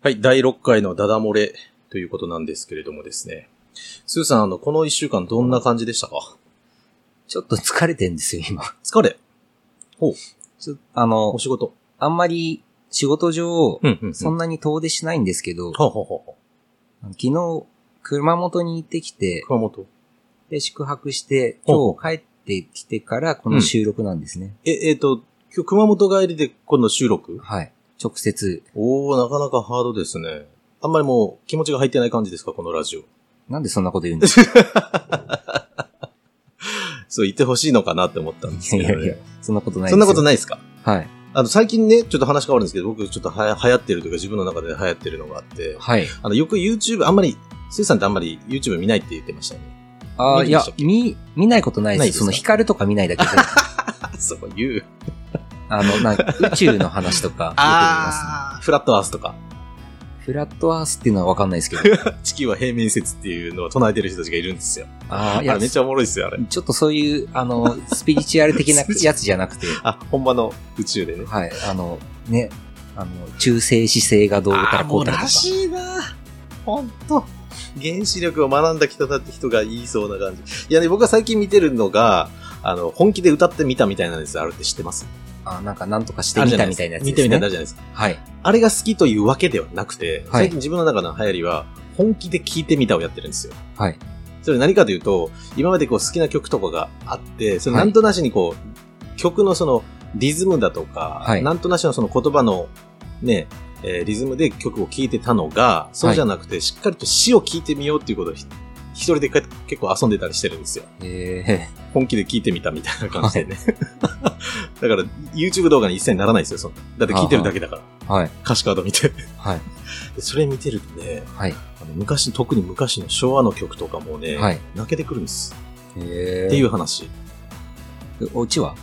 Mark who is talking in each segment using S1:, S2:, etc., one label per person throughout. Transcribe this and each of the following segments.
S1: はい、第6回のダダ漏れということなんですけれどもですね。スーさん、あの、この1週間どんな感じでしたか
S2: ちょっと疲れてんですよ、今。
S1: 疲れ
S2: ちょあの
S1: お、仕事
S2: あんまり仕事上、
S1: うんうん、うん。
S2: そんなに遠出しないんですけど、
S1: はあ、はあはあはあ
S2: 昨日、熊本に行ってきて、
S1: 熊本。
S2: で、宿泊して、
S1: ほ
S2: 今日帰ってきてから、この収録なんですね。
S1: え、えっ、と、今日熊本帰りで今度収録
S2: はい。直接。
S1: おおなかなかハードですね。あんまりもう気持ちが入ってない感じですか、このラジオ。
S2: なんでそんなこと言うんですか
S1: そう言ってほしいのかなって思ったんですけ
S2: い
S1: ど、
S2: や
S1: ね。
S2: いや、そんなことないです
S1: そんなこと
S2: ない。
S1: ないですか
S2: はい。
S1: あの、最近ね、ちょっと話変わるんですけど、僕ちょっとはや流行ってるというか自分の中で流行ってるのがあって、
S2: はい。
S1: あの、よく YouTube、あんまり、スーさんってあんまり YouTube 見ないって言ってましたよね。見
S2: ああ、
S1: て
S2: い
S1: ま
S2: や
S1: したっ、け
S2: 見、見ないことない
S1: ない
S2: で
S1: です
S2: す。
S1: か
S2: その光とか見ないだけで。
S1: あ、そう言う。
S2: あの、なんか宇宙の話とかよく見ます
S1: あー、フラットアースとか、
S2: ね。フラットアースっていうのはわかんない ですけど。
S1: 地球は平面説っていうのを唱えてる人たちがいるんですよ。
S2: ああ、い
S1: あ
S2: や
S1: れ、めっちゃおもろいですよ、あれ。
S2: ちょっとそういう、あの、スピリチュアル的なやつじゃなくて、
S1: あ、本場の宇宙でね。
S2: はい、あの、ね、あの、中性姿勢がどうた
S1: あ
S2: ら
S1: ー
S2: こ
S1: も
S2: う
S1: う
S2: たらと
S1: ら
S2: か。
S1: しいなほんと。原子力を学んだ人だって人が言いそうな感じ。いやね、僕が最近見てるのが、あの、本気で歌ってみたみたいなやつあるって知ってます
S2: あ、なんかなんとかしてみたみたいなやつ
S1: 見
S2: で
S1: て
S2: す
S1: みたいなや
S2: ね
S1: つある。じゃないですか。
S2: はい。
S1: あれが好きというわけではなくて、
S2: はい
S1: 最近自分の中の流行りは、本気で聴いてみたをやってるんですよ。
S2: はい。
S1: それ何かというと、今までこう好きな曲とかがあって、それなんとなしにこう、曲のそのリズムだとか、
S2: はい
S1: なんとなしのその言葉のね、えーリズムで曲を聴いてたのが、そうじゃなくて、しっかりと詩を聴いてみようっていうことをひ一人で結構遊んでたりしてるんですよ。
S2: え
S1: 本気で聴いてみたみたいな感じでね。 だから、YouTube 動画に一切ならないですよ、そんな。だって聴いてるだけだから。
S2: ー、はい。
S1: 歌詞カード見て。
S2: はい。
S1: でそれ見てるとね、
S2: はい。
S1: あの昔、特に昔の昭和の曲とかもね、
S2: はい。
S1: 泣けてくるんです。
S2: え
S1: っていう話。
S2: お家は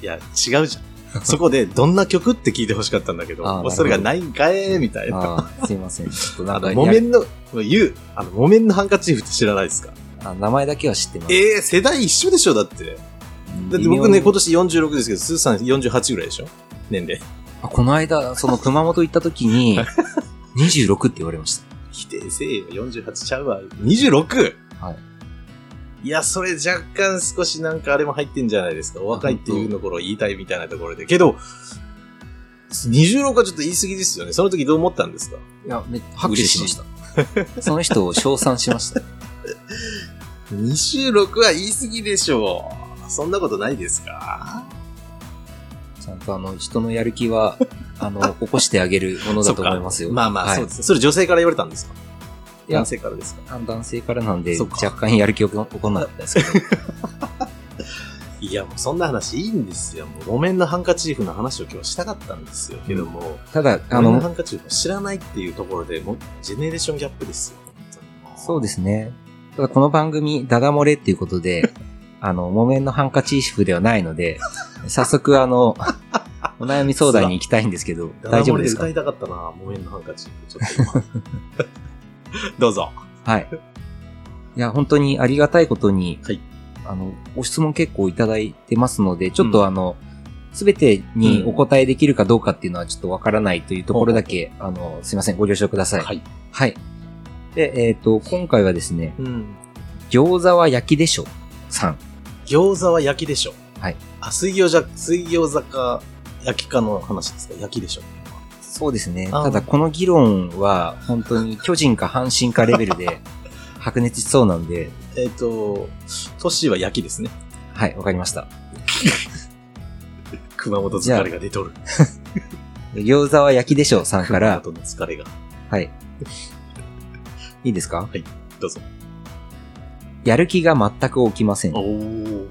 S1: いや、違うじゃ ん。そこで、どんな曲って聞いてほしかったんだけど、
S2: あ
S1: も
S2: ー
S1: う
S2: なるほど
S1: それがないんかえ、みたいな。
S2: あーすいません。ちょっとな
S1: あ
S2: んか
S1: の、木
S2: や、
S1: 綿の、言う、あの、木綿のハンカチーフって知らないですか
S2: あ名前だけは知ってます。
S1: ええー、世代一緒でしょだって。だって
S2: 微妙に
S1: 僕ね、今年46ですけど、スーさん48ぐらいでしょ年齢。
S2: あこの間、その熊本行った 時に、26って言われました。
S1: 否定せえよ、48ちゃうわ。26!
S2: はい。
S1: いや、それ若干少しなんかあれも入ってんじゃないですか。お若いっていうのころを言いたいみたいなところで。けど、26はちょっと言い過ぎですよね。その時どう思ったんですか
S2: いや、めっちゃ
S1: 拍手しまし
S2: しました。その人を称賛しました。
S1: 26は言い過ぎでしょう。そんなことないですか
S2: ちゃんとあの、人のやる 気は、あの、起こしてあげるものだと思いますよ。
S1: そっかまあまあ、
S2: はい
S1: そうですね。それ女性から言われたんですか
S2: いや
S1: 男性からですか
S2: あの男性からなんで、
S1: そっか
S2: 若干やる気を起こ起こんなかったです けど。
S1: いや、もうそんな話いいんですよ。もう、木綿のハンカチーフの話を今日したかったんですよ。けども、
S2: ただ、
S1: あ
S2: あ
S1: の、ハ
S2: の、
S1: ンカチューフを知らないっていうところで、もう、ジェネレーションギャップですよ。
S2: そうですね。ただこの番組、ダダ漏れっていうこ とで、あの、木綿のハンカチーフではないので、早速あ の、お悩み相談に行きたいんですけど、大丈夫です
S1: 歌
S2: か
S1: いたかったな、木綿のハンカチューフ。ちょっと今。 どうぞ。
S2: はい。いや、本当にありがたいことに、
S1: はい
S2: あの、ご質問結構いただいてますので、ちょっとあの、すべ、てにお答えできるかどうかっていうのはちょっとわからないというところだけ、あの、すいません、ご了承ください。
S1: はい。
S2: はい。で、えっ、と、今回はですね、
S1: うん。
S2: 餃子は焼きでしょさん。
S1: 餃子は焼きでしょ。
S2: はい。
S1: あ、水餃子、水餃子か、焼きかの話ですか焼きでしょ。
S2: そうですね。
S1: あー
S2: ただ、この議論は、本当に巨人か阪神かレベルで、白熱しそうなんで、
S1: えっ、と、都市は焼きですね。
S2: はい、わかりました。
S1: 熊本疲れが出とる。
S2: 餃子は焼きでしょさんか
S1: 熊
S2: ら、
S1: 本の疲れが。
S2: はい。いいですか
S1: どうぞ。
S2: やる気が全く起きません。
S1: おー。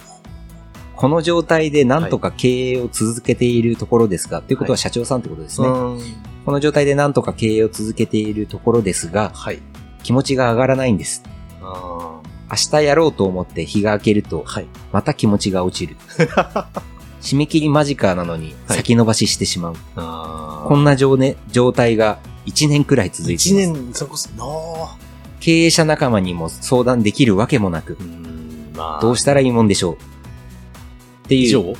S2: この状態でなんとか経営を続けているところですが、ということは社長さんってことですね。
S1: ん。
S2: この状態でなんとか経営を続けているところですが、
S1: はい。
S2: 気持ちが上がらないんです。
S1: あ
S2: 明日やろうと思って日が明けると
S1: ー、はい。
S2: また気持ちが 落ちる。締め切り間近なのに
S1: はい
S2: 先延ばししてしまう。
S1: あ
S2: こんな状,、ね、状態が1年くらい続いてい
S1: 一
S2: ます。
S1: 年、それこそ、なー
S2: 経営者仲間にも相談できるわけもなく
S1: う、ん、まあ。
S2: どうしたらいいもんでしょう。って
S1: 以
S2: い
S1: 上
S2: う、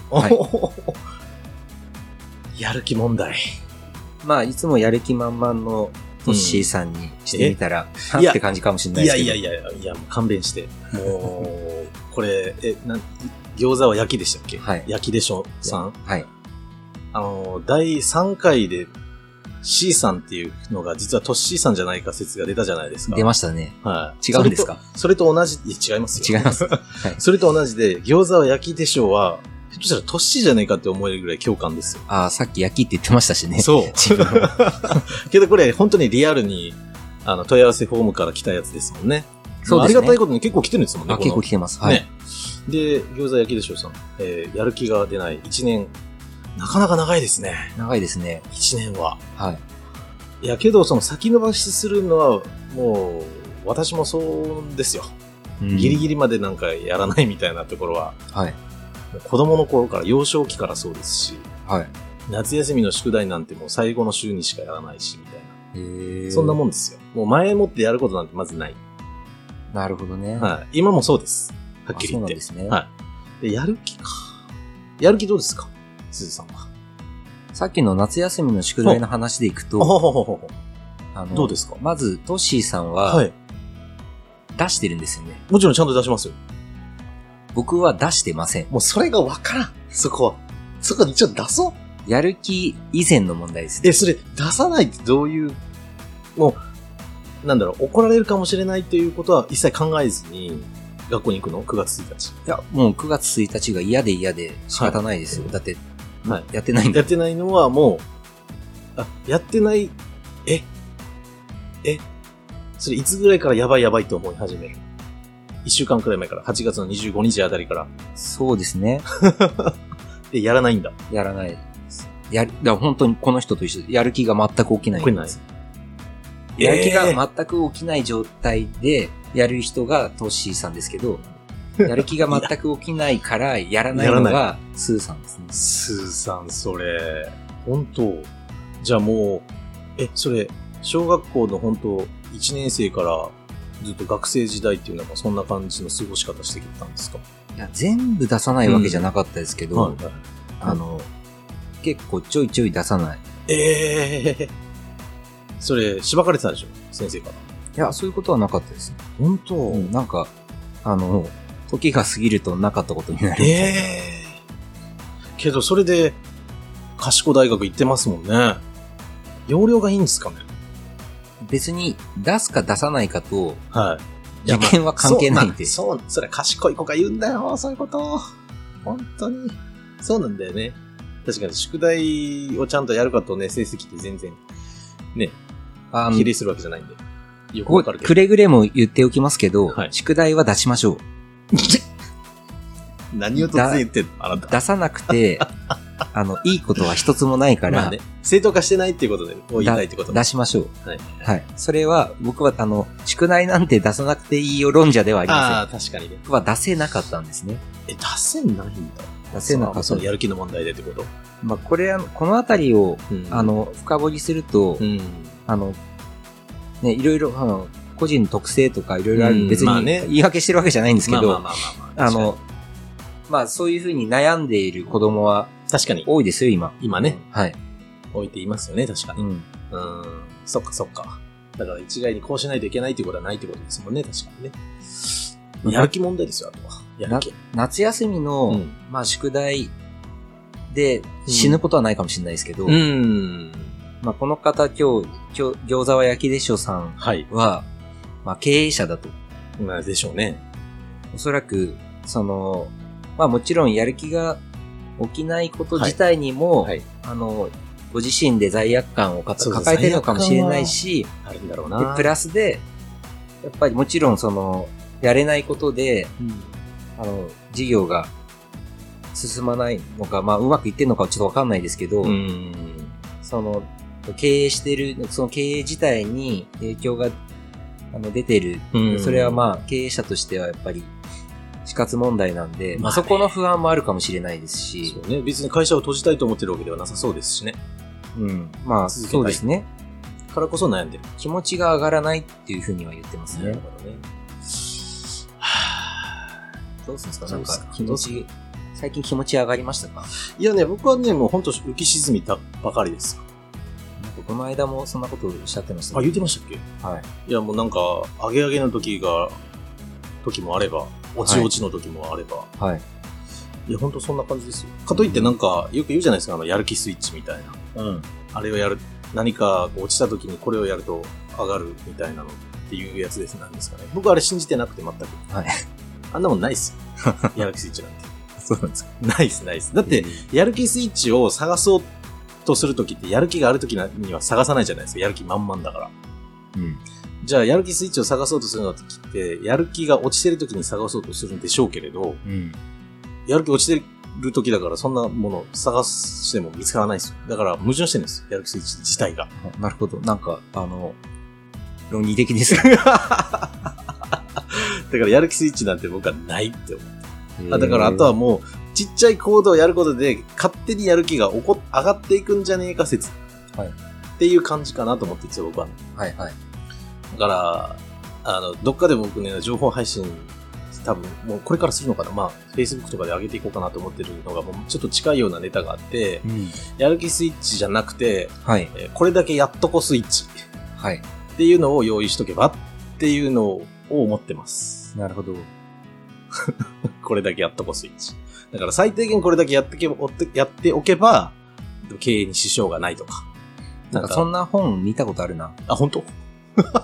S1: やる気問題。
S2: まあ、いつもやる気満々のトッシーさんにしてみたら、
S1: え
S2: はっ
S1: いや
S2: って感じかもしれない
S1: い
S2: です
S1: や
S2: けど。
S1: いやいや、いや、もう勘弁して。もう、これ、え、なん、餃子は焼きでしたっけ
S2: はい
S1: 焼きでしょさん
S2: はい。
S1: あの、第3回で C さんっていうのが、実はトッシーさんじゃないか説が出たじゃないですか。
S2: 出ましたね。
S1: す。はい。
S2: 違うんですか
S1: それとそれと同じ、いや違います
S2: 違
S1: よ。
S2: います。
S1: それと同じで、餃子は焼きでしょうは、ひょっとしたらトッシーじゃねえかって思えるぐらい共感ですよ。
S2: ああ、さっき焼きって言ってましたしね。
S1: そう
S2: 自分は
S1: けどこれ、本当にリアルに、あの、問い合わせフォームから来たやつですもんね。
S2: そう
S1: あ
S2: で
S1: り
S2: す
S1: が
S2: ね。
S1: たいことに結構来てるんですもんね、
S2: あ、
S1: この
S2: 結構来てます。はい。
S1: ね。で、餃子焼きでしょうさん。えーやる気が出ない1年、なかなか長いですね。
S2: 長いですね。
S1: 1年は。
S2: はい。
S1: いや、けど、その先延ばしするのは、もう、私もそうですよ。ギリ
S2: リ。
S1: ギリまでなんかやらないみたいなところは、
S2: はい。
S1: もう子供の頃から、幼少期からそうですし、
S2: はい。
S1: 夏休みの宿題なんてもう最後の週にしかやらないし、みたいな。
S2: へえ
S1: そんなも
S2: ん。
S1: んですよ。もう前もってやることなんてまずない。
S2: なるほどね。い。
S1: はい。今もそうです。はっきり
S2: そう
S1: 言っ
S2: なん
S1: て。
S2: ですね。
S1: はい。でやる気か。やる気どうですか鈴さんは。
S2: さっきの夏休みの宿題の話でいくと、
S1: お
S2: あの
S1: どうですか
S2: まず、トッシーさん
S1: は
S2: は、
S1: い。
S2: 出してるんですよね。
S1: もちろんちゃんと出しますよ。
S2: 僕は出してません。
S1: もうそれがわからん。そこは。そこは一応出そう。
S2: やる気以前の問題ですね。
S1: え、それ出さないってどういう、もう、なんだろう、怒られるかもしれないということは一切考えずに学校に行くの ?9 月1日。
S2: いや、もう9月1日が嫌で嫌で仕方ないですよ。
S1: はい
S2: だって、
S1: はい
S2: やってないんだ
S1: やってないのはもう、あ、やってない、え、え、それいつぐらいからやばいやばいと思い始める ?1 週間くらい前から、8月の25日あたりから。
S2: そうですね。
S1: で、やらないんだ。
S2: やらないです。やる、だから本当にこの人と一緒で、やる気が全く起きない
S1: これ
S2: ん
S1: ない
S2: です。。やる気
S1: えー
S2: が全く起きない状態で、やる人がトッシーさんですけ ど、やる気が全く起きないから、やらないの
S1: やら
S2: がスーさんですね。
S1: スーさん、それ、本当じゃあもう、え、それ、小学校の本当、1年生からずっと学生時代っていうのがそんな感じの過ごし方してきたんですか、
S2: いや全部出さないわけじゃなかったですけど、
S1: はいはい
S2: あの、結構ちょいちょい出さない。
S1: ええー、それ、しばかれてたでしょ先生から。
S2: いや、そういうことはなかったです。
S1: 本当、
S2: うんなんか、あの、時が過ぎるとなかったことになる。
S1: ええー。けど、それで、賢大学行ってますもんね。容量がいいんですかね
S2: 別に出すか出さないかと、
S1: はい。
S2: 受験は関係ないんで。
S1: そうまあそう、それ賢い子が言うんだよ、そういうこと。本当に。そうなんだよね。確かに宿題をちゃんとやるかとね、成績って全然、ね、
S2: あの
S1: 比例するわけじゃないんで。よく
S2: こ
S1: わ
S2: こ
S1: かるけ
S2: くれぐれも言っておきますけど、
S1: はい
S2: 宿題は出しましょう。
S1: ど。 何を突然言ってんのあなた。
S2: 出さなくて、あの、いいことは一つもないから、
S1: まあね、正当化してないっていうことで、もう言いたいってことね
S2: 出しましょう。
S1: はい。
S2: はい。それは、僕は、あの、宿題なんて出さなくていいよ論者ではありません。
S1: ああ、確かにね。
S2: 僕は出せなかったんですね。
S1: え、出せないんだ。
S2: 出せなかっ
S1: そ
S2: た
S1: の。やる気の問題でってこと。
S2: まあ、これ、あのこのあたりを、
S1: うん
S2: あ、の、深掘りすると、
S1: うん。
S2: あの、ね、いろいろ、あの、個人の特性とかいろいろある、
S1: うん
S2: 別
S1: まあ
S2: に
S1: ね
S2: 言い訳してるわけじゃないんですけ
S1: まあ
S2: ど、
S1: まあまあまあまあ。
S2: あの、まあそういうふうに悩んでいる子供は
S1: 確かに、確かに
S2: 多いですよ、今。
S1: 今ね、
S2: はい。
S1: 置いていますよね、確かに
S2: う。ん。
S1: うーん、そっかそっか。だから一概にこうしないといけないっていうことはないってことですもんね、確かにね。やる気問題ですよ、あとは。やる気。
S2: 夏休みの、
S1: うん
S2: まあ宿題で死ぬことはないかもしれないですけど、
S1: ん。
S2: まあこの方今日、今日、餃子は焼きでしょさん
S1: はい。
S2: は、まあ経営者だと。
S1: まあ、でしょうね。
S2: おそらく、その、まあもちろんやる気が起きないこと自体にも、
S1: はいはい
S2: あの、ご自身で罪悪感をか
S1: そうです
S2: 抱えてるのかもしれないし、
S1: あるんだろう
S2: で
S1: な。
S2: プラスで、やっぱりもちろんその、やれないことで、あの、事業が進まないのか、まあうまくいってるのかはちょっとわかんないですけど、
S1: うん。
S2: その、経営してる、その経営自体に影響が、あの、出てる
S1: うん
S2: それはまあ、経営者としてはやっぱり、死活問題なんで、
S1: ま
S2: ま
S1: あ
S2: あ、
S1: ね
S2: そこの不安もあるかもしれないですし
S1: そ、うね。別に会社を閉じたいと思ってるわけではなさそうですしね。
S2: うん。まあ、
S1: 続けたい
S2: そうですね。
S1: からこそ悩んでる。
S2: 気持ちが上がらないっていうふうには言ってます
S1: なる
S2: ね。
S1: ほどね。
S2: どうするんですか
S1: そ
S2: な
S1: うんですか
S2: か気持ち、最近気持ち上がりましたか
S1: いやね、僕はね、もう本当浮き沈みたばかりです。
S2: なんかこの間もそんなことをおっしゃってました
S1: あ、
S2: ね
S1: 言ってましたっけ
S2: はい。
S1: いや、もうなんか、上げ上げの時が、時もあれば、落ち落ちの時もあれば、
S2: はい。
S1: い、や、本当そんな感じですよ。かといってなんか、よく言うじゃないですか、あの、やる気スイッチみたいな。
S2: うん。
S1: あれをやる、何か落ちた時にこれをやると上がるみたいなのっていうやつです、なんですかね。僕あれ信じてなくて全く。
S2: はい。
S1: あんなもんないっす よ。やる気スイッチなんて。
S2: そうなんですか。
S1: ないっす、ないっす。だって、、やる気スイッチを探そうとするときって、やる気があるときには探さないじゃないですか。やる気満々だから。
S2: うん。
S1: じゃあ、やる気スイッチを探そうとするのときって、やる気が落ちてるときに探そうとするんでしょうけれど、
S2: うん。
S1: やる気落ちてるときだから、そんなもの探しても見つからないですよ。だから、矛盾してるんですよ。やる気スイッチ自体が。
S2: あなるほど。なんか、あの、論理的です。
S1: だから、やる気スイッチなんて僕はないって思う。 あだから、あとはもう、ちっちゃい行動をやることで、勝手にやる気が起こ上がっていくんじゃねえか説。
S2: はい
S1: っていう感じかなと思ってるんですよ、僕はね。
S2: へー、はいはい。
S1: だから、あの、どっかで僕ね、情報配信、多分、もうこれからするのかなまあ、Facebook とかで上げていこうかなと思ってるのが、もうちょっと近いようなネタがあって、
S2: うん。
S1: やる気スイッチじゃなくて、
S2: はい。
S1: えーこれだけやっとこスイッチ
S2: はい。
S1: っていうのを用意しとけばっていうのを思ってます。
S2: なるほど。
S1: これだけやっとこスイッチ。だから最低限これだけやってけばおってやっておけば、経営に支障がないとか。
S2: なんか、そんな本見たことあるな。
S1: あ、本当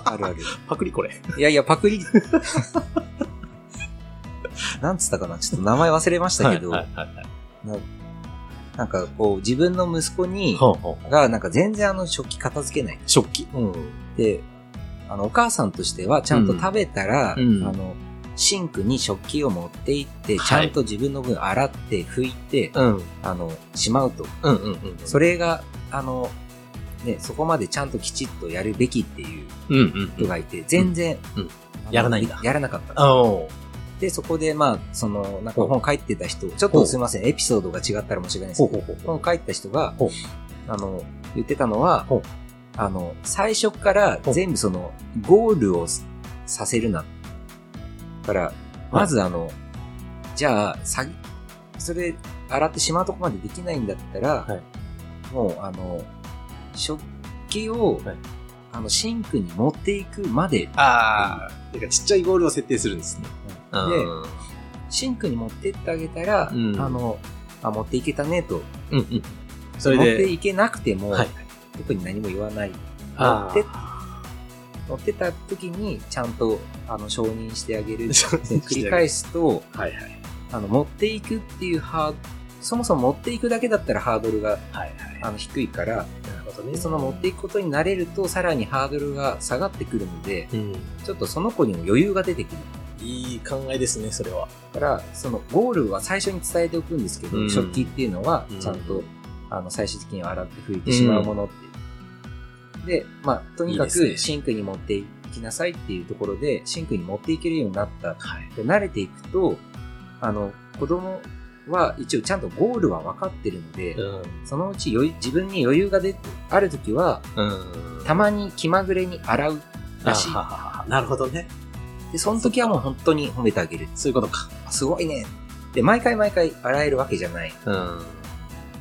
S2: あ るある。
S1: パクリこれ。
S2: いやいや、パクリ。 なんつったかなちょっと名前忘れましたけど、
S1: はいはいはい。
S2: なんかこう、自分の息子に、
S1: ほんほんほん
S2: が、なんか全然あの食器片付けない。
S1: 食器。うん。
S2: で、あの、お母さんとしては、ちゃんと食べたら、
S1: うん
S2: あの、シンクに食器を持って行って、ちゃんと自分の分洗って、拭いて、
S1: うん。うん
S2: あの、しまうと。
S1: うんうん。
S2: それが、あの、ね、そこまでちゃんときちっとやるべきっていう
S1: うんうんう
S2: 人
S1: ん。
S2: がいて、全然、
S1: うんうん
S2: あの
S1: やらないんだ
S2: やらなかった。
S1: おう
S2: で、そこで、まあ、その、なんか本書いてた人、ちょっとすいません、エピソードが違ったら申し訳ないです
S1: ほうほ
S2: け
S1: うほ
S2: ど、
S1: うほう。
S2: 本書いてた人が
S1: ほう、
S2: あの、言ってたのは
S1: ほう、
S2: あの、最初から
S1: ほう
S2: 全部その、ゴールをさせるな。だから、まずあの、じゃあ、さ、それ、洗ってしまうとこまでできないんだったら
S1: はい、
S2: もう、あの、食器を
S1: はい、
S2: あの、シンクに持っていくまで、
S1: ああ、だからちっちゃいゴールを設定するんですね。
S2: で、
S1: うん
S2: シンクに持ってってあげたら、
S1: うん
S2: あの、あ、持っていけたねと。
S1: うんうん。それ
S2: 持って
S1: で、
S2: いけなくても、
S1: はい
S2: 特に何も言わない。持
S1: あ
S2: って
S1: ー、
S2: 持ってた時に、ちゃんと、あの、承認してあげる。
S1: 承認してあげる
S2: 繰り返すと、
S1: はいはい。
S2: あの、持っていくっていうハーそもそも持っていくだけだったらハードルが、
S1: はいはい。
S2: あの、低いから、
S1: なるほど
S2: でその持っていくことに慣れると、さらにハードルが下がってくるので、
S1: うん。
S2: ちょっとその子にも余裕が出てくる。
S1: いい考えですね、それは。
S2: だから、そのゴールは最初に伝えておくんですけど、
S1: うん
S2: 食器っていうのは
S1: うん、
S2: ちゃんと、あの、最終的には洗って拭いてしまうものっていう。で、まあ、とにか
S1: いいですね
S2: くシンクに持っていきなさいっていうところで、シンクに持っていけるようになった。
S1: はい。
S2: で、慣れていくと、あの、子供は一応ちゃんとゴールは分かってるので、
S1: うん。
S2: そのうち余裕自分に余裕が出て、ある時は、
S1: うん。
S2: たまに気まぐれに洗うらしい
S1: あ。はははなるほどね。
S2: で、その時はもう本当に褒めてあげる。
S1: そういうことか。
S2: あすごいね。で、毎回毎回洗えるわけじゃない。
S1: うん。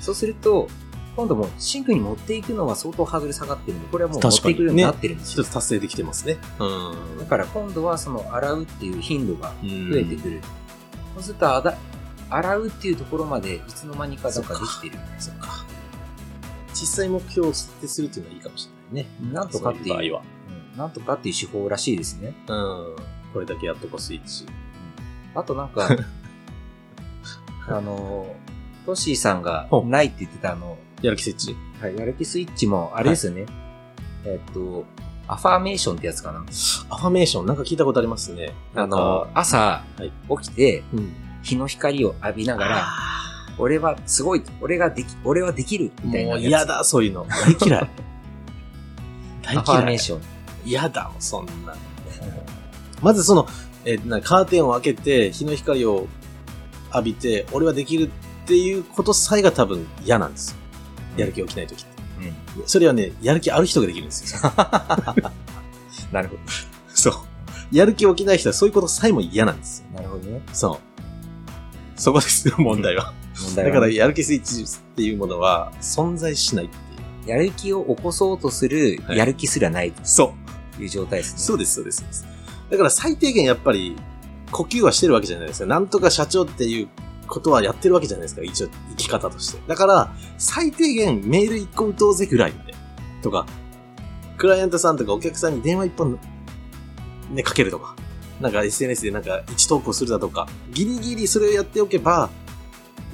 S2: そうすると、今度もうシンクに持っていくのは相当ハードル下がってるんで、これはもう持
S1: 確
S2: っ
S1: か
S2: て
S1: に
S2: いくようになってるんです
S1: 一
S2: よ。
S1: つ達成できてますね。うん。
S2: だから今度はその洗うっていう頻度が
S1: うん
S2: 増えてくる。そうするとあだ、洗うっていうところまでいつの間にかなんかできてる。
S1: そっか。小さい目標を設定するっていうのはいいかもしれないね。
S2: なんとかっていう
S1: そういう場
S2: うんなんとかっていう手法らしいですね。
S1: 合は。うん。これだけやっとこスイッチ。
S2: あとなん か、あの、トッシーさんが
S1: ほう
S2: ないって言ってたあの、
S1: やる気スイッチ。
S2: はい、やる気スイッチも、あれですよね。えっと、アファーメーションってやつかな。
S1: アファメーション、なんか聞いたことありますね。
S2: あの、朝、
S1: はい
S2: 起きて、
S1: うん。
S2: 日の光を浴びながら、俺はすごい、俺ができ、俺はできる、みたい
S1: も
S2: なや
S1: う
S2: つ。
S1: 嫌だ、そういうの。大嫌い。 大
S2: アファー
S1: 嫌
S2: メー
S1: い。
S2: ション。
S1: 嫌だ、もうそんな。まずその、えーなカーテンを開けて、日の光を浴びて、俺はできるっていうことさえが多分嫌なんですよ。やる気起きない時って。それはね、やる気ある人ができるんですよ。
S2: なるほど。
S1: そう。やる気起きない人はそういうことさえも嫌なんですよ。
S2: なるほどね。
S1: そう。そこですよ、問題は。
S2: 問題
S1: だ
S2: は
S1: から、やる気スイッチっていうものは存在しないっていう。
S2: やる気を起こそうとする、
S1: はい
S2: やる気すらない
S1: そう。
S2: という状態ですね。
S1: そうです、そうです。そうですだから最低限やっぱり呼吸はしてるわけじゃないですか。なんとか社長っていうことはやってるわけじゃないですか。一応生き方として。だから最低限メール1個打とうぜぐらいまで。とか、クライアントさんとかお客さんに電話1本ね、かけるとか。なんか SNS でなんか1投稿するだとか。ギリギリそれをやっておけば、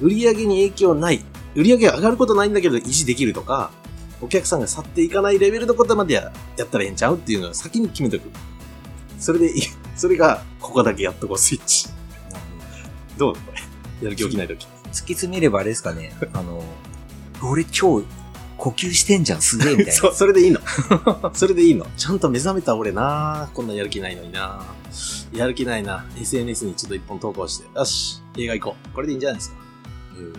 S1: 売り上げに影響ない。売り上げが上がることないんだけど維持できるとか、お客さんが去っていかないレベルのことまでややったらええんちゃうっていうのは先に決めとく。それでいい。 それが、ここだけやっとこう、スイッチ。
S2: なるほど
S1: どうこれ。やる気起きないとき。
S2: 突き詰めればあれですかね、あの、俺今日呼吸してんじゃん、すげえみたい
S1: そ、それでいいの。 それでいいの。ちゃんと目覚めた俺なこんなやる気ないのになやる気ないな。SNS にちょっと一本投稿して。よし、映画行こう。これでいいんじゃないですか。
S2: な。うん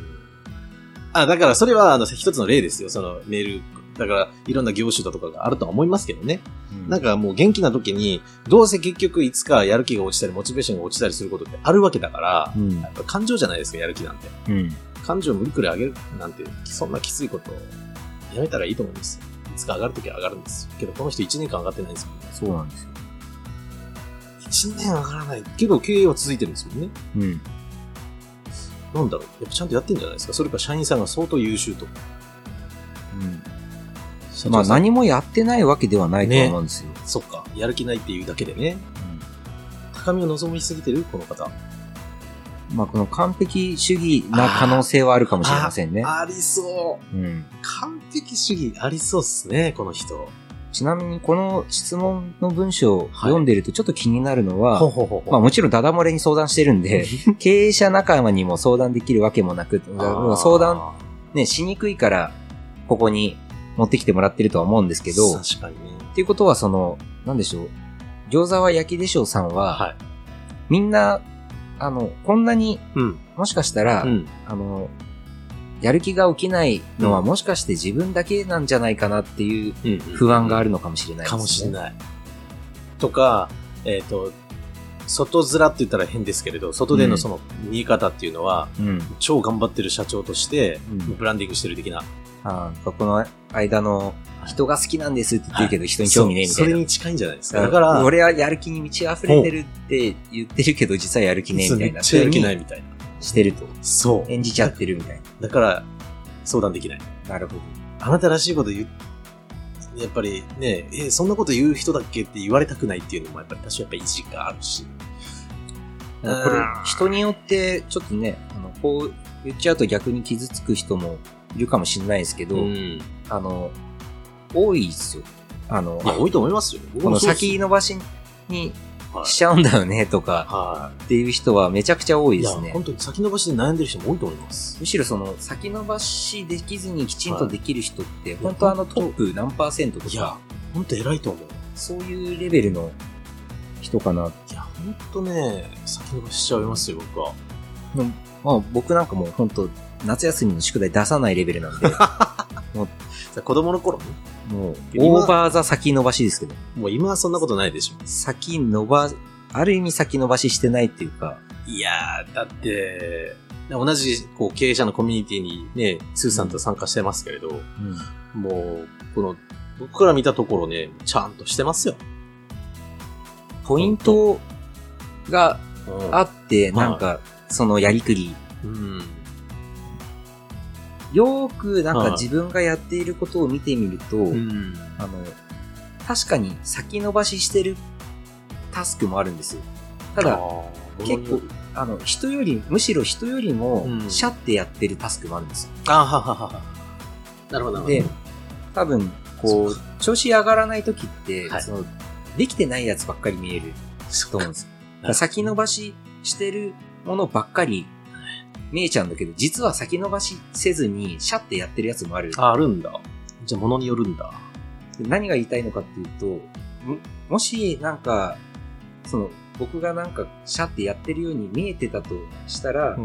S1: あ、だからそれは、あの、一つの例ですよ。その、メール。だから、いろんな業種だとかがあるとは思いますけどね。なんかもう元気な時に、どうせ結局いつかやる気が落ちたり、モチベーションが落ちたりすることってあるわけだから、
S2: うん、
S1: やっぱ感情じゃないですか、やる気なんて。
S2: うん。
S1: 感情を無理くり上げるなんて、そんなきついこと、やめたらいいと思うんですよ。いつか上がるときは上がるんですよ。けど、この人1年間上がってないんですもんね。
S2: そうなんですよ。
S1: 1年上がらない。けど、経営は続いてるんですもんね。
S2: うん。
S1: なんだろう。やっぱちゃんとやってんじゃないですか。それか社員さんが相当優秀と。
S2: うん、まあ
S1: 何
S2: 何もやってないわけではないと
S1: ね
S2: 思うんですよ。
S1: そっか。やる気ないっていうだけでね。高みを望みすぎてるこの方。
S2: うんまあこの完璧主義な可能性はあるかもしれませんね。
S1: ありそう。
S2: うん、
S1: 完璧主義ありそうっすね、この人。
S2: ちなみにこの質問の文章を
S1: はい
S2: 読んでるとちょっと気になるのは、
S1: ほうほうほう
S2: ま
S1: ほ
S2: あ
S1: う。
S2: もちろんダダ漏れに相談してるんで、 経営者仲間にも相談できるわけもなく、相談
S1: あ
S2: ね、しにくいから、ここに持ってきてもらってるとは思うんです
S1: ー
S2: けど、っ
S1: 確かにね。
S2: ていうことは、その、なんでしょう、餃子は焼きでしょうさんは、
S1: はい。
S2: みんな、あの、こんなに、
S1: うん。
S2: もしかしたら、
S1: うん。
S2: あの、やる気が起きないのは、
S1: うん
S2: もしかして自分だけなんじゃないかなっていう
S1: うん。
S2: 不安があるのかもしれないです、
S1: か
S2: ね。
S1: もしれない。とか、えっ、と、外面って言ったら変ですけれど、外でのその見え方っていうのは、
S2: い。うん。
S1: 超頑張ってる社長として、
S2: うん
S1: ブランディングしてる的な。
S2: あーこの間の、人が好きなんですって言ってるけど、人に興味ねえみた
S1: そ
S2: いな
S1: れ。に近いんじゃないですか。だから、
S2: 俺はやる気に満ち溢れてるって言ってるけど、実はやる気ねえみた
S1: め
S2: い
S1: っ
S2: な。
S1: ちゃやる気ない
S2: い。
S1: みたいな。
S2: してると。
S1: そ
S2: 演じちゃってるみたいな。
S1: う。だから、相談できない。
S2: なるほど。
S1: あなたらしいこと言う、やっぱりね、え、そんなこと言う人だっけって言われたくないっていうのも、やっぱり多少やっぱ意地があるし。
S2: これ、人によって、ちょっとね、あの、こう言っちゃうと逆に傷つく人もいるかもしれないですけど、
S1: うん。い
S2: あの、多いですよ。あの、
S1: や、多いと思いますよ。
S2: この先延ばしに
S1: はい
S2: しちゃうんだよねとか
S1: はい。
S2: っていう人はめちゃくちゃ多い
S1: い
S2: で
S1: や、
S2: すね。
S1: 本当に先延ばしで悩んでる人も多いと思います。
S2: むしろその先延ばしできずにきちんとできる人って、
S1: い
S2: 本当あのトップ何パーセントと
S1: いや
S2: か、、
S1: 本当偉いと思う。
S2: そういうレベルの人かな。
S1: いや、本当ね、先延ばししちゃいますよ、僕は。
S2: まあ僕なんかもう本当夏休みの宿題出さないレベ ルなんで、
S1: さ子供の頃ね、
S2: もう、
S1: 今
S2: オーバーザ先延ばしですけど、
S1: もう今はそんなことないでしょ。
S2: 先延ば、ある意味先延ばししてないっていうか、
S1: いやー、だって、同じこう経営者のコミュニティにね、スーさんと参加してますけれど、もう、この、僕から見たところね、ちゃんとしてますよ。
S2: ポイントが
S1: うん
S2: あって、
S1: はい
S2: なんか、そのやりくり、
S1: うん。
S2: よーくなん
S1: はい
S2: か自分がやっていることを見てみると、
S1: うん。
S2: あの、確かに先延ばししてるタスクもあるんですよ。た
S1: あ
S2: だ、
S1: ー
S2: 結構、あの、人より、むしろ人よりも
S1: う、ん
S2: シャってやってるタスクもあるんですよ。
S1: あはははは。なるほど、なる
S2: で
S1: ほど。、
S2: 多分、こう、調子上がらない時って、
S1: はい
S2: その、できてないやつばっかり見えると思うんですよ。だから先延ばししてるものばっかり見えちゃうんだけど、実は先延ばしせずに、シャってやってるやつもある。
S1: あ、あるんだ。じゃあ、ものによるんだ。
S2: で何が言いたいのかっていうと、ももしなんか、その、僕がなんか、シャってやってるように見えてたとしたら、
S1: ん。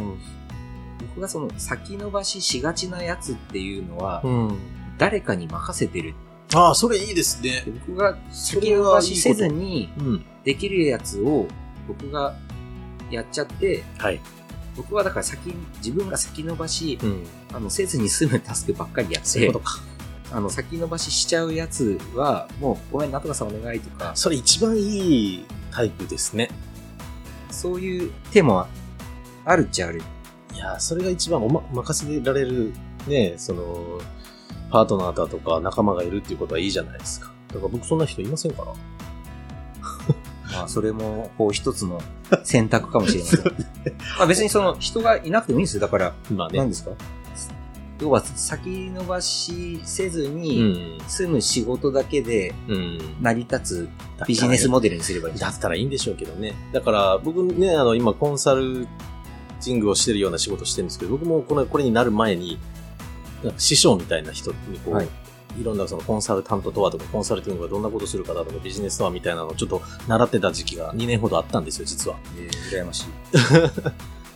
S2: 僕がその、先延ばししがちなやつっていうのは、
S1: うん。
S2: 誰かに任せてる。
S1: ああ、それいいですね。
S2: で僕が
S1: そ
S2: 先
S1: れ
S2: 延
S1: はいい
S2: ば
S1: こと
S2: しせずに、
S1: うん。
S2: できるやつを僕がやっちゃって、
S1: はい。
S2: 僕はだから先、自分が先延ばし、
S1: うん。
S2: あの、せずに済むタスクばっかりやっ
S1: そうい
S2: て
S1: うこ、とか。
S2: あの、先延ばししちゃうやつは、もう、ごめん、なんとかさんお願いとか、
S1: それ一番いいタイプですね。
S2: そういう手もあるっちゃある。
S1: いやー、それが一番お、ま、任せられる、ね、その、パートナーだとか仲間がいるっていうことはいいじゃないですか。だから僕そんな人いませんから。
S2: まあ、それも、こう、一つの選択かも しれません。まあ、別にその、人がいなくてもいいんですよ。だから、
S1: まあ
S2: 何
S1: ね。
S2: ですか要は、先延ばしせず
S1: うん。
S2: に、済む仕事だけで
S1: うん。
S2: 成り立つビジネスモデルにすればいいじゃ
S1: だ
S2: ん。
S1: ったらいいんでしょうけどね。だから僕ね、あの、今コンサルティングをしてるような仕事してるんですけど、僕もこのこれになる前に、なんか師匠みたいな人にこう、
S2: はい
S1: い、ろんなそのコンサルタントとはとか、コンサルティングがどんなことするかだとか、ビジネスとはみたいなのをちょっと習ってた時期が2年ほどあったんですよ、実は。
S2: えー羨ましい。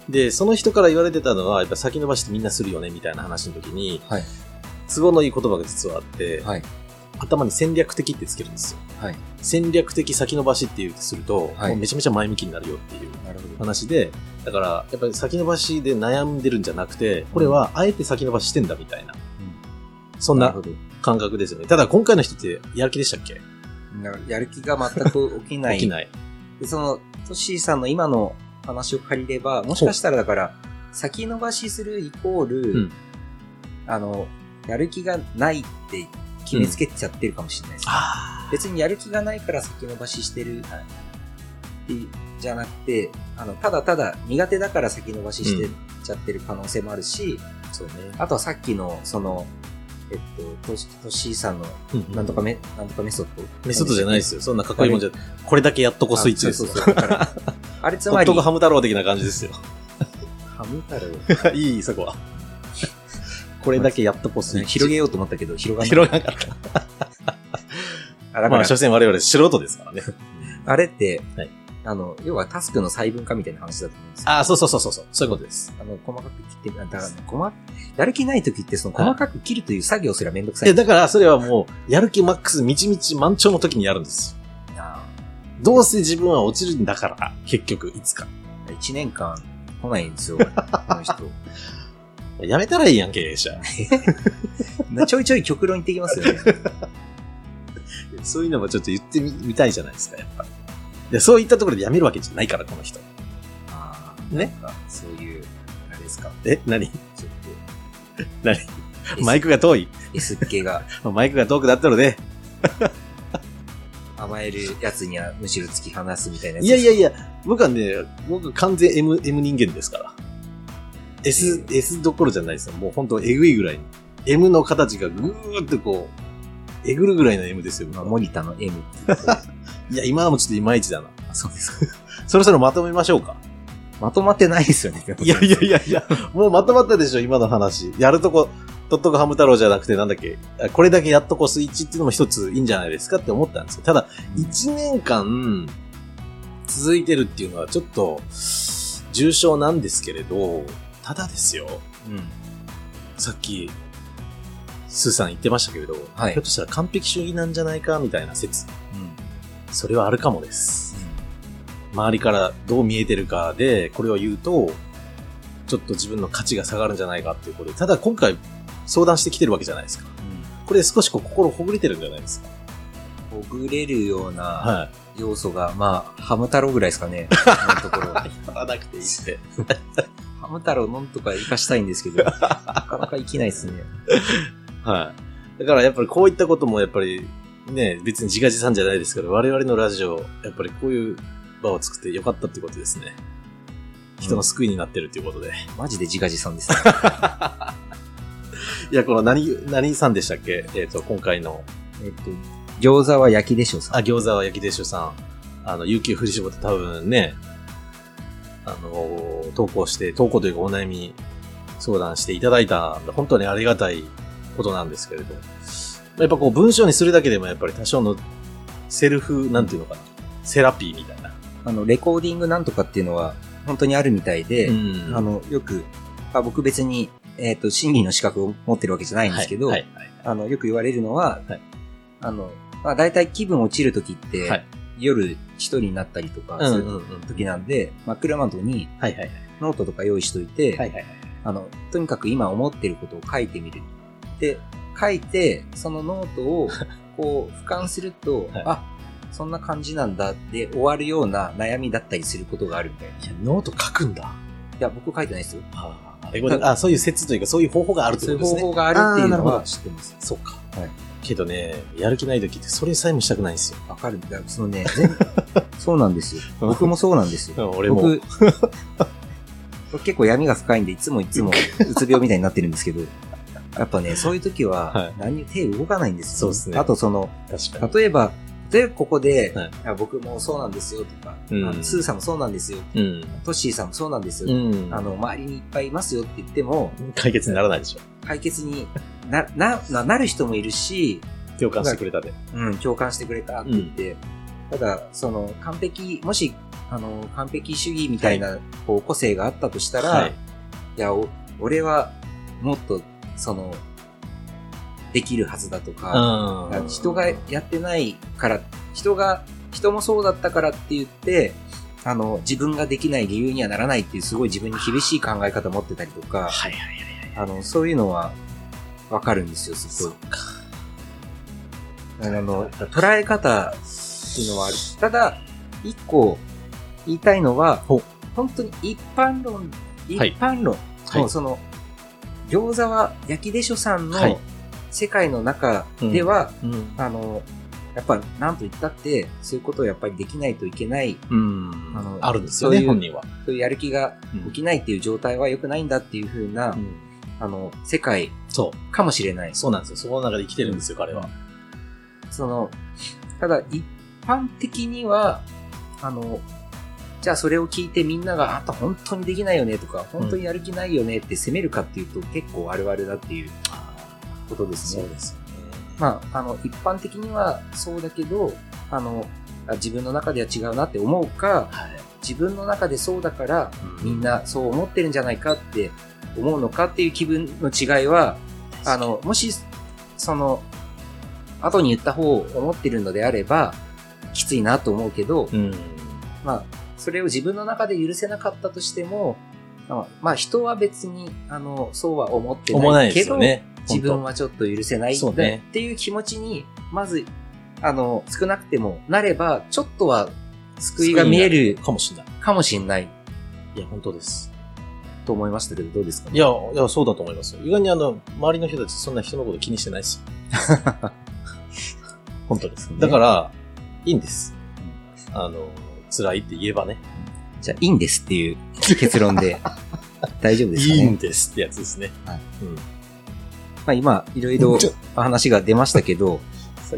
S1: で、その人から言われてたのは、やっぱ先延ばしてみんなするよね、みたいな話の時に、
S2: はい
S1: 都合のいい言葉が実はあって、
S2: はい。
S1: 頭に戦略的ってつけるんですよ。
S2: はい
S1: 戦略的先延ばしって言うとすると、
S2: はい
S1: もうめちゃめちゃ前向きになるよっていう
S2: なるほ。
S1: 話で、だから、やっぱり先延ばしで悩んでるんじゃなくて、これはあえて先延ばししてんだみたいな、そん
S2: なる
S1: な
S2: ほど。
S1: 感覚ですよね。ただ今回の人ってやる気でしたっけ
S2: なやる気が全く 起きない。
S1: 起きない。
S2: で、その、トッシーさんの今の話を借りれば、もしかしたらだから、先延ばしするイコール、
S1: うん
S2: あの、やる気がないって決めつけちゃってるかもしれないです、
S1: あ
S2: 別にやる気がないから先延ばししてる、っていうじゃなくて、あの、ただただ苦手だから先延ばししてっちゃってる可能性もあるし、
S1: あ、そうね。
S2: あとはさっきの、その、えっと、トシトッシーさんのなんとかメ、なんとかメソッド。
S1: メソッドじゃないですよ。そんなかっこいいもんじゃない。これだけやっとこスイッチです
S2: あ
S1: よ。
S2: そうそうそうだからあれつ
S1: ホ
S2: ま
S1: ッ
S2: り
S1: ト、グハム太郎的な感じ ですよ。
S2: ハム太郎。
S1: いい、そこは。 これだけやっとこスイッチ。
S2: 広げようと思ったけど、広がんな い。
S1: 広がらなかっ
S2: あ
S1: た。
S2: だ
S1: ま
S2: から
S1: あ、所詮我々素人ですからね。
S2: あれって、
S1: はい
S2: あの、要はタスクの細分化みたいな話だと思うんですよ。
S1: ああ、そうそうそうそうそう。そういうことです。
S2: あの、細かく切って、あだからね、細やる気ない時って、その細かく切るという作業すらめんどくさ
S1: え、
S2: いな。
S1: だから、それはもう、やる気マックス、みちみち満潮の時にやるんですよ。どうせ自分は落ちるんだから、結局、いつか。
S2: 1年間来ないんですよ、この人。
S1: やめたらいいやん、経営者。
S2: なちょいちょい極論言ってき ますよね。
S1: そういうのもちょっと言ってみみたいじゃないですか、やっぱり。でそういったところでやめるわけじゃないから、この人。
S2: あー
S1: ね。
S2: なんかそういう、あれですか。
S1: え、何
S2: ちょっ
S1: 何
S2: と、
S1: マイクが遠い
S2: S 系が
S1: マイクが遠くなったので、
S2: 甘えるやつにはむしろ突き放すみたいなやつ。
S1: いやいやいや、僕はね、僕完全 M, M 人間ですから。S、
S2: え
S1: S どころじゃないですよ。もう本当えぐいぐらいに。M の形がぐーってこう、えぐるぐらいの M ですよ。
S2: まあ、モニターの M って
S1: いや、今のもちょっといまいちだな。
S2: そうですか。
S1: そろそろまとめましょうか。
S2: まとまってないですよね。
S1: いやいやいやいや、もうまとまったでしょ、今の話。やるとこ、とっとこハム太郎じゃなくて、なんだっけ、あこれだけやっとこスイッチっていうのも一ついいんじゃないですかって思ったんですよ。ただ、1年間続いてるっていうのはちょっと重症なんですけれど、ただですよ、
S2: うん。
S1: さっき、スーさん言ってましたけれど、
S2: はい
S1: ひょっとしたら完璧主義なんじゃないかみたいな説。それはあるかもです。周りからどう見えてるかで、これを言うと、ちょっと自分の価値が下がるんじゃないかっていうことで、ただ今回相談してきてるわけじゃないですか。これ少しこう心ほぐれてるんじゃないですか。
S2: ほぐれるような
S1: はい。
S2: 要素が、まあ、ハム太郎ぐらいですかね。今のと ころ。
S1: やらなくていいって。
S2: ハム太郎のんとか生かしたいんですけど、なかなか生きないですね。
S1: はい。だからやっぱりこういったこともやっぱりね、別に自画自賛じゃないですけど、我々のラジオ、やっぱりこういう場を作ってよかったってことですね。人の救いになってるっていうことで。
S2: マジで自画自賛です、ね。
S1: いや、この何、何さんでしたっけえっ、と、今回の、
S2: えっと、餃子は焼きでしょさ
S1: あ、餃子は焼き定食さん、あの、有給振り絞って多分ね、あのー投稿して、投稿というかお悩み相談していただいたんで、本当にありがたいことなんですけれど、やっぱこう文章にするだけでもやっぱり多少のセルフ、なんていうのかな、セラピーみたいな。
S2: あの、レコーディングなんとかっていうのは、本当にあるみたいで、
S1: うん
S2: あの、よく、あ僕別にえっ、と、審議の資格を持ってるわけじゃないんですけど、
S1: はい。はい
S2: あの、よく言われるのは、
S1: はい
S2: あの、まあ、大体気分落ちるときって、
S1: はい
S2: 夜一人になったりとか
S1: はい。
S2: す
S1: う
S2: る
S1: んうんうん。
S2: 時なんで、真っ暗窓に
S1: はいはいはい。
S2: ノートとか用意しといて、
S1: はいはいはい。
S2: あの、とにかく今思ってることを書いてみる。で、書いて、そのノート を、こう、俯瞰すると、
S1: はい
S2: あ、そんな感じなんだって終わるような悩みだったりすることがあるみたいな。い
S1: いや、ノート書くんだ。
S2: や、僕書いてないですよ。
S1: あーえこれあ、そういう説というか、そういう方法があるってこ
S2: そうい
S1: とで
S2: う
S1: す
S2: 方
S1: ね。
S2: 法があるってい
S1: あー
S2: うの
S1: なるほ
S2: は
S1: ど
S2: 知ってます。
S1: そうか。
S2: はい
S1: けどね、やる気ない時ってそれさえもしたくないんですよ。
S2: わかるんだよ。そのね、全 部そうなんですよ。僕もそうなんですよ。
S1: 俺も。
S2: 僕、僕結構闇が深いんで、いつもい つも、うつ病みたいになってるんですけど、やっぱね、そういう時
S1: は、
S2: はい何に手動かないんです
S1: そう
S2: よ、
S1: っすね
S2: あとその、
S1: 確か
S2: 例えば、例えばここで、
S1: はい
S2: あ僕もそうなんですよとか、
S1: うん
S2: あのスーさんもそうなんですよ、
S1: に。うん。
S2: トッシーさんもそうなんです
S1: う
S2: よ、
S1: ん。
S2: あの、周りにいっぱいいますよって言っても、
S1: 解決にならないでしょ。
S2: 解決にななななる人もいるし、
S1: 共感してくれたで。
S2: うん、共感してくれたって言って、ただ、その、完璧、もし、あの、完璧主義みたいな、こう、個性があったとしたら、
S1: はいい、
S2: や、お俺は、もっと、その、できるはずだとか、
S1: う
S2: 人がやってないから、人が、人もそうだったからって言って、あの、自分ができない理由にはならないっていう、すごい自分に厳しい考え方持ってたりとか、
S1: はいはいはい。
S2: あの、そういうのは、わかるんですよ、す
S1: そ
S2: ご
S1: う
S2: い。
S1: か。
S2: あの、捉え方っていうのはある。ただ、一個言いたいのは
S1: ほう、
S2: 本当に一般論、一
S1: はい
S2: 般論
S1: はい
S2: のその、餃子は焼きでしょさん
S1: はい
S2: の世界の中では、
S1: うん。
S2: あの、やっぱ、なんと言ったって、そういうことをやっぱりできないといけない、あの
S1: あるんですよね、
S2: そういう
S1: 本人は。
S2: そういうやる気が起きないっていう状態は良くないんだっていう風な、
S1: うん
S2: あの、世界
S1: そ。。
S2: かもしれないう
S1: そうなんですよ。そこの中で生きてるんですよ、彼は。
S2: その、ただ一般的には、あの、じゃあそれを聞いてみんなが、あんた本当にできないよねとか、本当にやる気ないよねって責めるかっていうと結構あるあるだっていうことですね。
S1: ですよね。
S2: まあ、あの、一般的にはそうだけど、あの、あ自分の中では違うなって思うか、
S1: はい。
S2: 自分の中でそうだから、みん
S1: な、
S2: なそう思ってるんじゃないかって思うのかっていう気分の違いは、あの、もし、その、後に言った方を思ってるのであれば、きついなと思うけど、
S1: うん。
S2: まあ、それを自分の中で許せなかったとしても、まあ、まあ、人は別に、あの、そうは思って
S1: 思わ
S2: な
S1: ないい
S2: け
S1: です
S2: ど、
S1: よね。
S2: 自分はちょっと許せないんだ
S1: そうね
S2: っていう気持ちに、まず、あの、少なくてもなれば、ちょっとは救いが見える
S1: かもしれない。
S2: かもしれない
S1: いや、本当です。
S2: と思いましたけど、どうですか
S1: いや、いや、そうだと思いますよ。意外にあの、周りの人たちそんな人のこと気にしてないですよ。本当です。だから、いいんです。あの、辛いって言えばね。
S2: じゃあ、いいんですっていう結論 で、大丈夫ですか
S1: い
S2: ね。
S1: いんですってやつですね。
S2: はい
S1: うん。
S2: まあ、今、いろいろ
S1: ちょ
S2: 話が出ましたけど、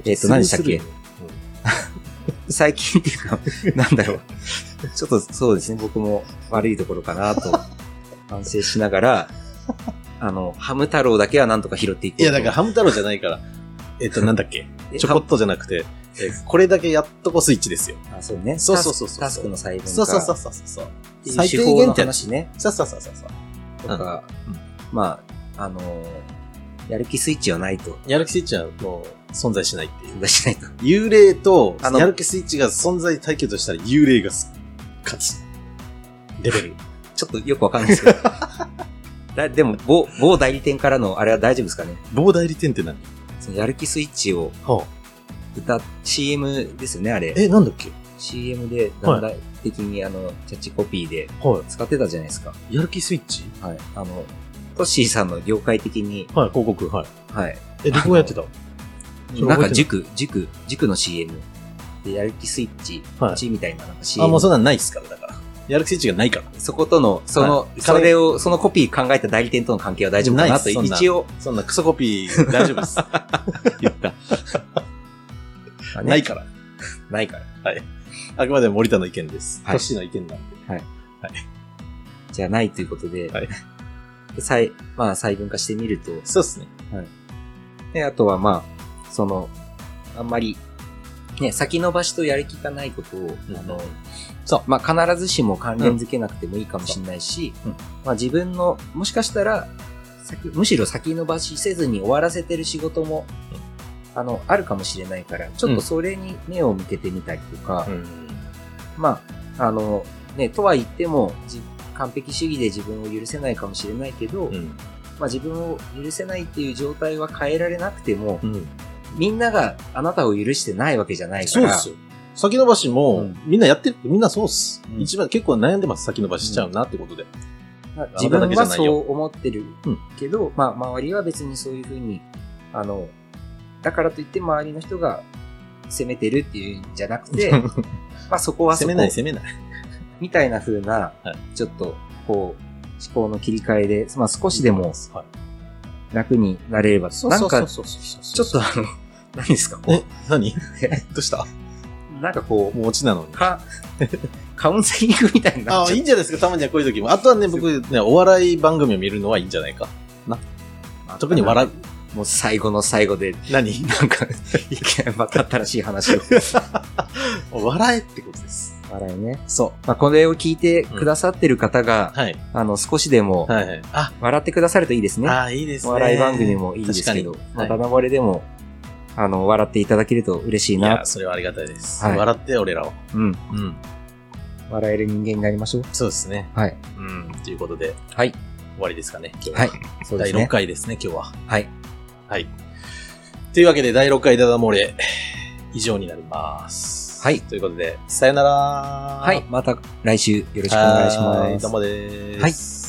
S2: えっと何でしたっけ
S1: スルー
S2: 最近っていうか、なんだろう。ちょっとそうですね、僕も悪いところかなと、反省しな がら、あの、ハム太郎だけはなんとか拾っていこう
S1: するいや、
S2: と
S1: だから、ハム太郎じゃないから、えっ と、なんだっけ
S2: え
S1: ちょこっとじゃなくて、えーこれだけやっとこスイッチですよ。
S2: あ、そうね。
S1: そうそうそうそう
S2: タスクタスクの細分化。
S1: そうそうそうそうそう。
S2: っていう手法の話ね。
S1: そうそうそうそうそう。
S2: と
S1: 最低限って
S2: か、
S1: うんうん
S2: まあ、あのやる気スイッチはないと。
S1: やる気スイッチはもう存在しないっていう。
S2: 出しないと。
S1: 幽霊と
S2: あの
S1: やる気スイッチが存在対決したら幽霊がす勝つ。レベル。
S2: ちょっとよくわかんないで すけど。だでも某、某代理店からのあれは大丈夫ですかね
S1: 棒代理店って何
S2: そのやる気スイッチを
S1: は
S2: 歌っ、CM ですよね、あれ。
S1: え、なんだっけ
S2: CM で段階的にあの、キャッチコピーで
S1: は
S2: 使ってたじゃないですか。
S1: い。やる気スイッチ
S2: はい。あの、トッシーさんの業界的に、
S1: はい、広告。はい。
S2: はい。
S1: え、どこやってたそれ覚えて
S2: なん
S1: な
S2: か
S1: い
S2: 塾、塾、塾の CM でやる気スイッチ、
S1: は
S2: う
S1: い。
S2: ちみたいななんか
S1: あ、
S2: CM。
S1: もうそんなんないっすから、だから。やる気スイッチがないから。
S2: そことの、その、
S1: はい
S2: それを、そのコピー考えた代理店との関係は大丈夫かなと、
S1: ないですそんな
S2: 一応、
S1: そんなクソコピー大丈夫 です。言った。ないから。
S2: ないから。
S1: あくまでも森田の意見です。
S2: はい
S1: トッシーの意見なんで。
S2: じゃないということ で、
S1: はい
S2: 細まあ、細分化してみると、
S1: そうっすね。
S2: であとはまあ、その、あんまり、ね、先延ばしとやる気がないことを、あの、
S1: そう
S2: まあ、必ずしも関連づけなくてもいいかもしれないし、
S1: うんうん
S2: まあ、自分の、もしかしたら、先むしろ先延ばしせずに終わらせてる仕事も、あの、あるかもしれないから、ちょっとそれに目を向けてみたりとか、
S1: うん。
S2: まあ、あの、ね、とは言っても、じ完璧主義で自分を許せないかもしれないけど、
S1: うん。
S2: まあ自分を許せないっていう状態は変えられなくても、
S1: うん。
S2: みんながあなたを許してないわけじゃないか
S1: そうっ
S2: ら、
S1: すよ。先延ばしも、
S2: うん
S1: みんなやってる、みんなそうっす。
S2: うん
S1: 一番結構悩んでます、先延ばししちゃうなってことで。
S2: まあ
S1: あな
S2: 自
S1: ただ
S2: 分
S1: けじゃ
S2: は
S1: ない
S2: そ
S1: よ
S2: う思ってる
S1: うん
S2: けど、まあ周りは別にそういうふうに、あの、だからといって周りの人が責めてるっていうんじゃなくて、まあそこはそ
S1: 攻
S2: こ
S1: めない、攻めない。
S2: みたいな風な
S1: は、
S2: ちょっとこう、思考の切り替えで、まあ少しでも
S1: はい。
S2: 楽になれれば、
S1: そう
S2: な
S1: そ
S2: ん
S1: うそ
S2: か
S1: うそうそう。
S2: ちょっとあの、何ですかこ
S1: え
S2: う、
S1: 何 どうした
S2: なんかこ
S1: もう落ちなのに
S2: う、。か、 カウンセリングみたいにな
S1: あ
S2: っち
S1: あ、
S2: ゃ
S1: いいんじゃないですか、たまにはこういう時も。あとはね、僕、ね、お笑い番組を見るのはいいんじゃないか。
S2: う。
S1: 特に笑う。
S2: う。もう最後の最後で、
S1: 何
S2: なん か、いきなりまた新しい話を。
S1: 笑えってことです。
S2: 笑いね。
S1: そ
S2: まあ、これを聞いてくださってる方が
S1: う。、はい。
S2: あの、少しでも、
S1: はいはい。あ、
S2: 笑ってくださるといいですね。
S1: ああ、いいですね。
S2: お笑い番組もいいですけど
S1: 確か、に
S2: ま
S1: はい
S2: あ、ダダ漏れでも、あの、笑っていただけると嬉しい
S1: い
S2: な
S1: や、。それはありがたいです。
S2: はい
S1: 笑って、俺らを。
S2: うん。
S1: うん。
S2: 笑える人間になりましょう。
S1: そうですね。
S2: はい。
S1: うん。ということで、
S2: はい。
S1: 終わりですかね、今日は。
S2: はい。そうで
S1: 第
S2: す
S1: 6
S2: ね。
S1: 回ですね、今日は。
S2: はい。
S1: はい。というわけで、第6回ダダ漏れ、以上になります。
S2: はい
S1: ということで、さよなら。
S2: はい。。また来週よろしくお願いし
S1: は
S2: ま
S1: い
S2: す
S1: どう。もです。。
S2: はい